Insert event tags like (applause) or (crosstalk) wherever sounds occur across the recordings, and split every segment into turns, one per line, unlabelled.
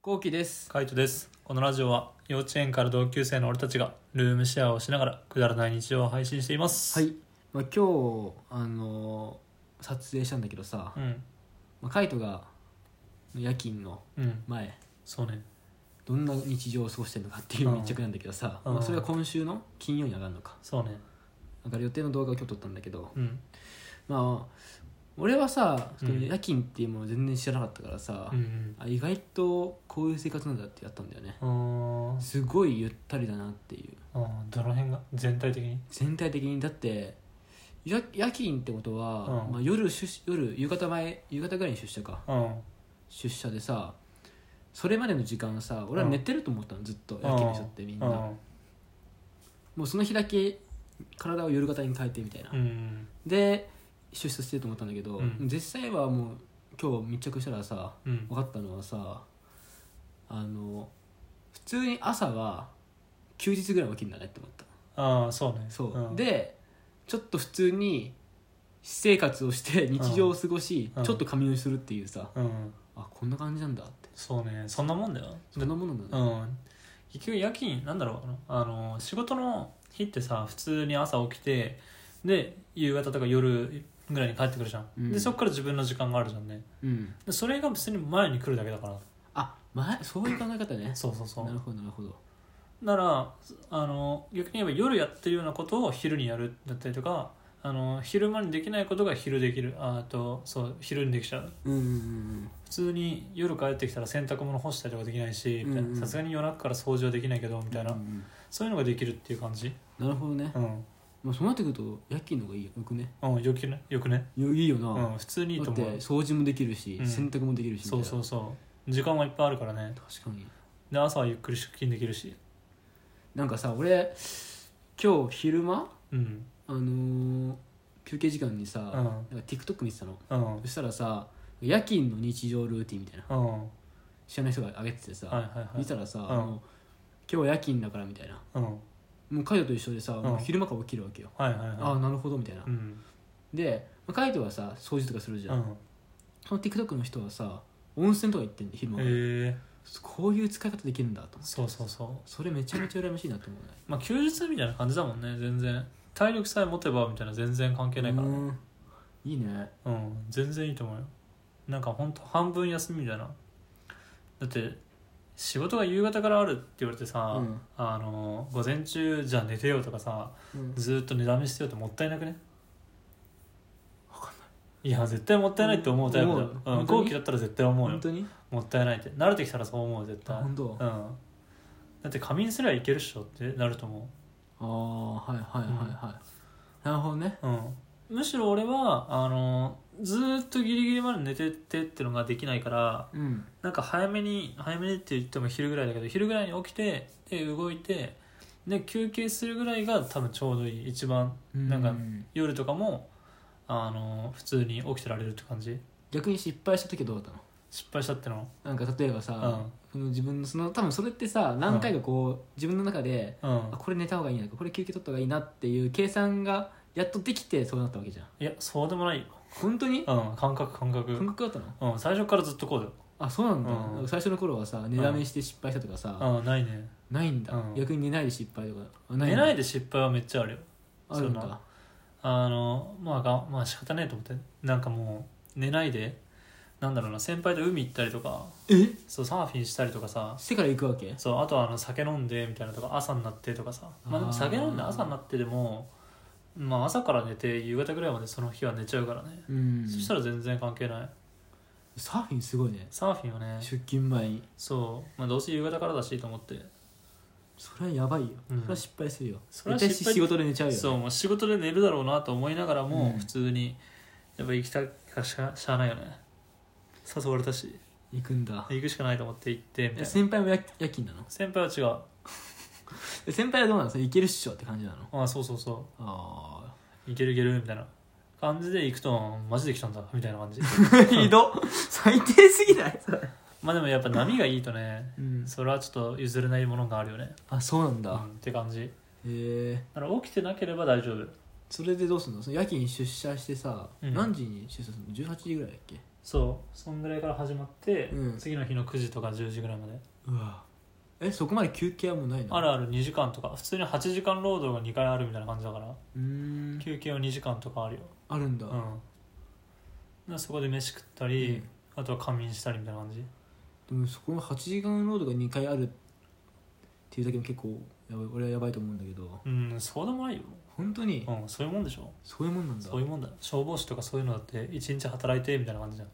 こうきです。
カイトですこのラジオは幼稚園から同級生の俺たちがルームシェアをしながらくだらない日常を配信しています
はい、まあ、今日あのー撮影したんだけどさ、
うん
まあ、カイトが夜勤の
うん
前
そうね
どんな日常を過ごしてるのかっていう
うん
密着なんだけどさ、
うん
まあ、それは今週の金曜に上がるのか
そうね
だから予定の動画を今日撮ったんだけど
うん
まあ俺はさ、
うん
その夜勤っていうものを全然知らなかったからさ、
うん
あ意外とこういう生活なんだってやったんだよね
うんあー
すごいゆったりだなっていう
あーどの辺が全体的に
全体的にだって夜夜勤ってことは、
うん
まあ、夜出社夜夕方前夕方ぐらいに出社か
うん
出社でさそれまでの時間さ俺は寝てると思ったのずっと夜勤の人ってみんな、
うん
もうその日だけ体を夜型に変えてみたいな、
うん
で出社してると思ったんだけど、
うん
実際はもう今日密着したらさ
うん
分かったのはさあの普通に朝は休日ぐらい起きるんだねって思った
ああそうね
そう、
ん
でちょっと普通に私生活をして日常を過ごし、
うん
ちょっと仮眠をするっていうさ、
うん
あこんな感じなんだって
そうねそんなもんだよ
そんなものなんだ
う
ね
ん結局夜勤なんだろうなあの仕事の日ってさ普通に朝起きてで夕方とか夜ぐらいに帰ってくるじゃん、
うん
でそっから自分の時間があるじゃんね
うん、
でそれが別に前に来るだけだから
あ前そういう考え方ね
そうそうそ
なる
う
ほどなるほど
ならあの逆に言えば夜やってるようなことを昼にやるだったりとかあの昼間にできないことが昼できるああとそう昼にできちゃう
うんうんうん
普通に夜帰ってきたら洗濯物干したりとかできないしみたい
うんう
なんさすがに夜中から掃除はできないけどみたいな、
うんうん
そういうのができるっていう感じ
なるほどね、
うん
まあ、そうなってくると夜勤の方がいいよよくね
うん、よくねよくね、
よいいよ
う
な、
ん、普通にいい
だ
と
っ
思
て
う
掃除もできるし、
うん
洗濯もできるしみたい
そう
な
そうそう時間はいっぱいあるからね
確かに
で朝はゆっくり出勤できるし
なんかさ俺今日昼間
うん
あのー休憩時間にさ、
うん
なんか TikTok 見てたの
うん
そしたらさ夜勤の日常ルーティンみたいな
うんは
知らない人が上げててさ、
いはいは
見
い
たらさ、
ん
あの今日は夜勤だからみたいな
うん
もうカイトと一緒でさ、もううん昼間から起きるわけよ、
はいはい
ああ
は
なるほどみたいな、
いうん
でまあカイトはさ掃除とかするじゃ、
うんん
その TikTok の人はさ温泉とか行ってんで昼間から、
へえ
こういう使い方できるんだと思って
そうそうそう
それめちゃめちゃ羨ましいなと思うね
まあ休日みたいな感じだもんね全然体力さえ持てばみたいな全然関係ないからね
うんいいね
うん、全然いいと思うよなんかほんと半分休みみたいなだって仕事が夕方からあるって言われてさ、
うん
あの午前中じゃあ寝てよとかさ、
うん
ずーっと値段見してよってもったいなくねいや絶対もったいないって思うタイプだ
思う
よ、う
本
ん、
当に
後期だったら絶対思うよ
本当に
もったいないって慣れてきたらそう思う絶
あ
対うん
本当、あ
だって仮眠すりゃいけるっしょってなると思
あーはいはいはいはい、なるほどね
う、うん、むしろ俺はあのずーっとギリギリまで寝ててってのができないから
うん
なんか早めに早めにって言っても昼ぐらいだけど昼ぐらいに起きてで動いてで休憩するぐらいが多分ちょうどいい一番なんか
う
夜とかもあの普通に起きてられるって感じ
逆に失敗した時どうだったの
失敗したっての
なんか例えばさ、
うん
その自分のその多分それってさ何回かこう、自分の中で、
うん
あこれ寝た方がいいなこれ休憩取った方がいいなっていう計算がやっとできてそうなったわけじゃん
いやそうでもないよ
本当に
うん感覚感
感
覚
覚だったの
うん最初からずっとこうだよ
あそうなんだ、
うん
最初の頃はさ寝だめして失敗したとかさ、
あないね
ないんだ、
うん
逆に寝ないで失敗とかあ
寝ない
で
で失敗はめっちゃあるよ
あるん
そんな
だ
あのまあがまあ仕方ないと思ってなんかもう寝ないでなんだろうな先輩と海行ったりとか
え
そうサーフィンしたりとかさ
してから行くわけ
そうあとはあの酒飲んでみたいなとか朝になってとかさまあでも酒飲んで朝になってでもまあ朝から寝て夕方ぐらいまでその日は寝ちゃうからね
うん
そしたら全然関係ない
サーフィンすごいね
サーフィンはね
出勤前に
そう、まあ、どうせ夕方からだしと思って
それはやばいよ、
うん
それは失敗するよ
それは
絶
失
対
敗
仕事で寝ちゃうよね、
そうもう仕事で寝るだろうなと思いながらも、
うん
普通にやっぱ行きたくしゃしゃあないよね誘われたし
行くんだ
行くしかないと思って行ってみたい
え
な
先輩も夜夜勤なの
先輩は違う
え先輩はどうなのそれいけるっしょって感じなの
ああそうそうそ
あ
う行ける行けるみたいな感じで行くとマジで来たんだみたいな感じ (laughs)
あ (laughs) ひどっ最低すぎないそれ、
まあでもやっぱ波がいいとね
うん、
それはちょっと譲れないものがあるよね、
あそうなん
う
だ、
ん
へ、
って感じ
え
だから起きてなければ大丈夫
それでどうすんのその夜勤出社してさ、
うん
何時に出社するの18時ぐらいだっけ
そうそんぐらいから始まって、
うん
次の日の9時とか10時ぐらいまで
うわえそこまで休憩はもうないの
あるある2時間とか普通に8時間労働が2回あるみたいな感じだから
うーん
休憩は2時間とかあるよ
あるんだ、
うんだからそこで飯食った
う
り、
ん
あとは仮眠したりみたいな感じ
でもそこの8時間労働が2回あるっていうだけでも結構やばい俺はやばいと思うんだけど
うんそうでもないよ、
本当に
うん、そういうもんでしょ
そういうもんなんだ
そういうもんだ消防士とかそういうのだって一日働いてみたいな感じじゃん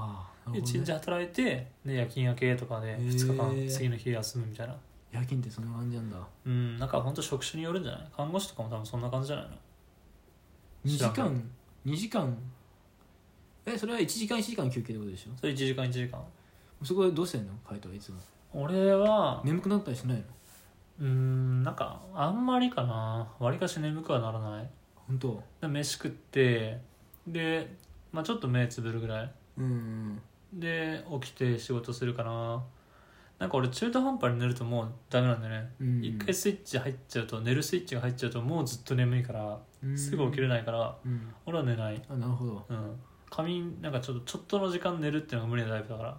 ああなるほ
一
ど、
日
ね、
働いてで夜勤明けとかで
へー
2日間次の日休むみたいな
夜勤ってそんな感じなんだ
うんなんかほんと職種によるんじゃない看護師とかも多分そんな感じじゃないの
2時
知ら
間2時間えそれは1時間1時間休憩ってことでし
それ1時間1時間
ょそこはどうしてんの海斗はいつも
俺は
眠くなったりしないの
うんなんかあんまりかなわりかし眠くはならない
本当
で飯食ってで、まあ、ちょっと目つぶるぐらい
うん
で起きて仕事するかななんか俺中途半端に寝るともうダメなんだよね
うん
一、回スイッチ入っちゃうと寝るスイッチが入っちゃうともうずっと眠いからすぐ起きれ
ない、
ないから
うん、
俺は寝ない
あなるほど
うん仮眠なんかちょっとちょっとの時間寝るっていうのが無理なタイプだから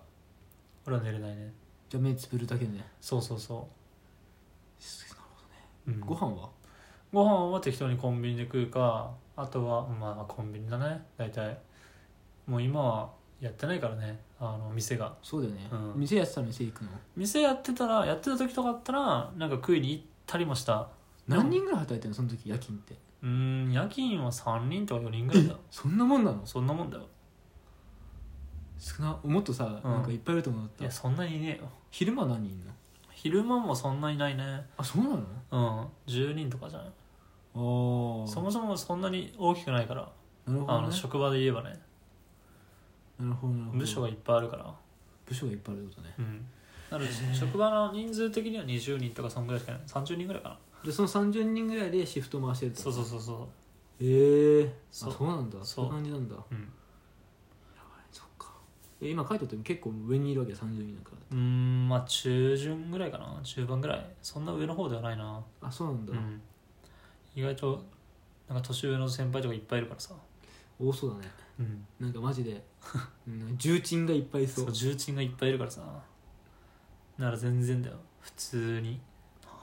俺は寝れないね
じゃあ目つぶるだけでね
そうそうそ
なるほどね
う、うん、
ご飯は
ご飯は適当にコンビニで食うかあとはまあまあコンビニだね大体もう今はやってないからねあの店が
そうだよね、
うん
店やってたら店行くの
店やってたらやってた時とかあったらなんか食いに行ったりもした
何人ぐらい働いてんのその時夜勤って
うーん夜勤は3人とか4人ぐらいだ
そんなもんなの
そんなもんだよ
少なもっとさ、
うん
なんかいっぱいいると思っ
い
た
やそんなにいねえよ
昼間何人いんの
昼間もそんないないね
あそうなの
うん10人とかじゃない
ああ
そもそもそんなに大きくないから
なるほ
あ
ど、
の
ね、
職場で言えばね
なるほどなるほど
部署がいっぱいあるから
部署がいっぱいあるってことね
うんなので職場の人数的には20人とかそんぐらいしかない30人ぐらいかな
でその30人ぐらいでシフト回してるって
そ
こ
う
と
そうそうそう
へえー、
そう
あそうなんだ
そ
そうういう感じなんだやばい
うん
そっかえ今書いてあっても結構上にいるわけだ30人だか
うーんまあ中旬ぐらいかな中盤ぐらいそんな上の方ではないな
らあそうなんだ、
うん意外となんか年上の先輩とかいっぱいいるからさ
多そうだね
うん
なんかマジで (laughs) うん重鎮がいっぱいいそ
そうう重鎮がいっぱいいるからさなら全然だよ普通に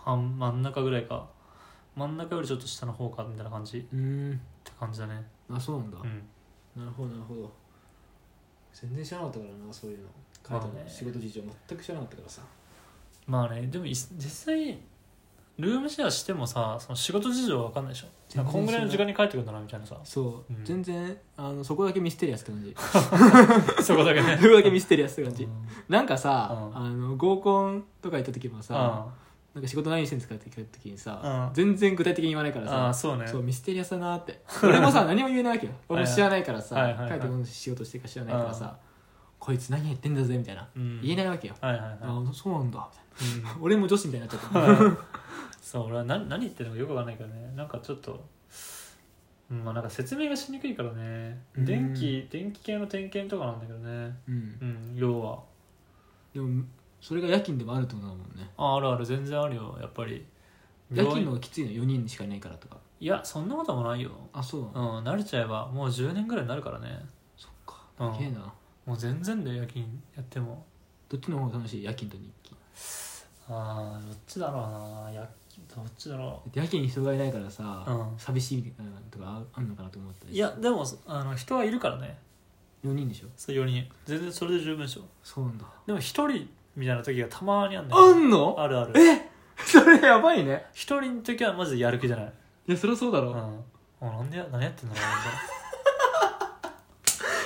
半真ん中ぐらいか真ん中よりちょっと下の方かみたいな感じっ
うーん
て感じだね
あそうなんだ、
うん
なるほどなるほど全然知らなかったからなそういうの
ま
書い
あね
てある仕事事情全く知らなかったからさ
まあねでもい実際ルームシェアしてもさその仕事事情は分かんないでしょ
全然
なんかこんぐらいの時間に帰ってくるんだなみたいなさ
そう、
うん
全然あのそこだけミステリアスって感じ
(laughs) そこだけ
(laughs)
ね
そこだけミステリアスって感じ、
うん
なんかさ、
うん
あの合コンとか行った時もさ、
あ
なんか仕事何してんですかって聞いた時にさ、
うん
全然具体的に言わないから
あ
さ、
そうね
そうミステリアスだなって
(laughs)
俺もさ何も言えないわけよ俺も知らないからさ、
はいはい
帰ってどの仕事してるか知らないからさ、こいつ何やってんだぜみたいな、
うん
言えないわけよ、
はいはいはい
ああそうなんだみたい
うん
な (laughs) 俺も女子みたいになっち
(laughs)
ゃった
そう俺は何何言ってるのかよくわかんないけどねなんかちょっと、うんまあ、なんか説明がしにくいからね
うん
電気電気系の点検とかなんだけどね
うん
うん要は
でもそれが夜勤でもあるってことだもんね
ああるある全然あるよやっぱり
夜勤の
病
方
院
がきついの4人しかいないからとか
いやそんなこともないよ、
あそうな
う
の
ん、慣れちゃえばもう10年ぐらいになるからね
そっか
うん
すげえな
もう全然で夜勤やっても
どっちの方が楽しい夜勤と日勤
ああどっちだろうな夜勤どっちだろ
だって夜勤に人がいないからさ、
うん
寂しいみたいなのとかあるのかなと思った
う
り
いやでもあの人はいるからね
4人でしょ
そう4人全然それで十分でしょ
そうなんだ
でも1人みたいな時がたまにあるんだ
あ
よね
んの
あるある
えそれやばいね
一人の時はマジでやる気じゃない、
いやそりゃそうだろ
う、
うん
もうなんでや何やってんだろうなみたいな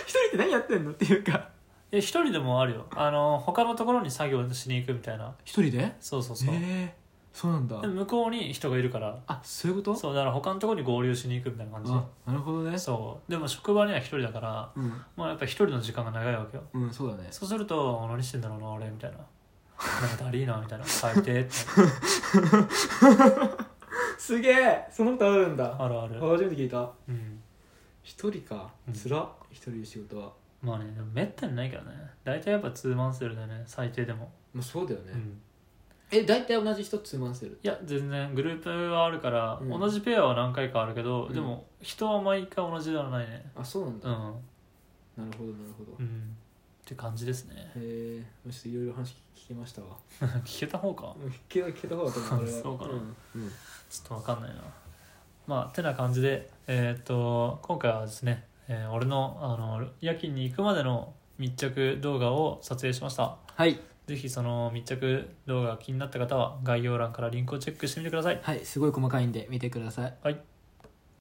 一人って何やってんのっていうか
いや一人でもあるよあの他のところに作業しに行くみたいな
一人でへ
そうそう
え
そう、
そうなんだ
で向こうに人がいるから
あそういうこと
そうだから他のところに合流しに行くみたいな感
あ
じ
なるほどね
そうでも職場には一人だから
うん
まあやっぱ一人の時間が長いわけよ
うんそうだね
そうすると何してんだろうな俺みたいななんかだりーなみたいな書い (laughs) てって
すげえそのことあるんだ
あるある
初めて聞いた
うん
一人か
うん
つらっ一人で仕事は
まあねでもめったにないけどね大体やっぱツーマンセルだよね最低でも、
まあそうだよね
うん
え大体同じ人つまんせる
いや全然グループはあるから、
うん
同じペアは何回かあるけど、
うん
でも人は毎回同じではないね
あそうなん
う
だ
ん
なるほどなるほど、
う
へ
んって感じですね
えちょっといろいろ話聞けましたわ
聞けた方か
聞け聞けた方がと思う俺は
そうかな
うんうん
ちょっとわかんないなまあてな感じでえーっと今回はですね、えー俺のあの夜勤に行くまでの密着動画を撮影しました
はい
ぜひその密着動画が気になった方は概要欄からリンクをチェックしてみてください
はいすごい細かいんで見てください
はい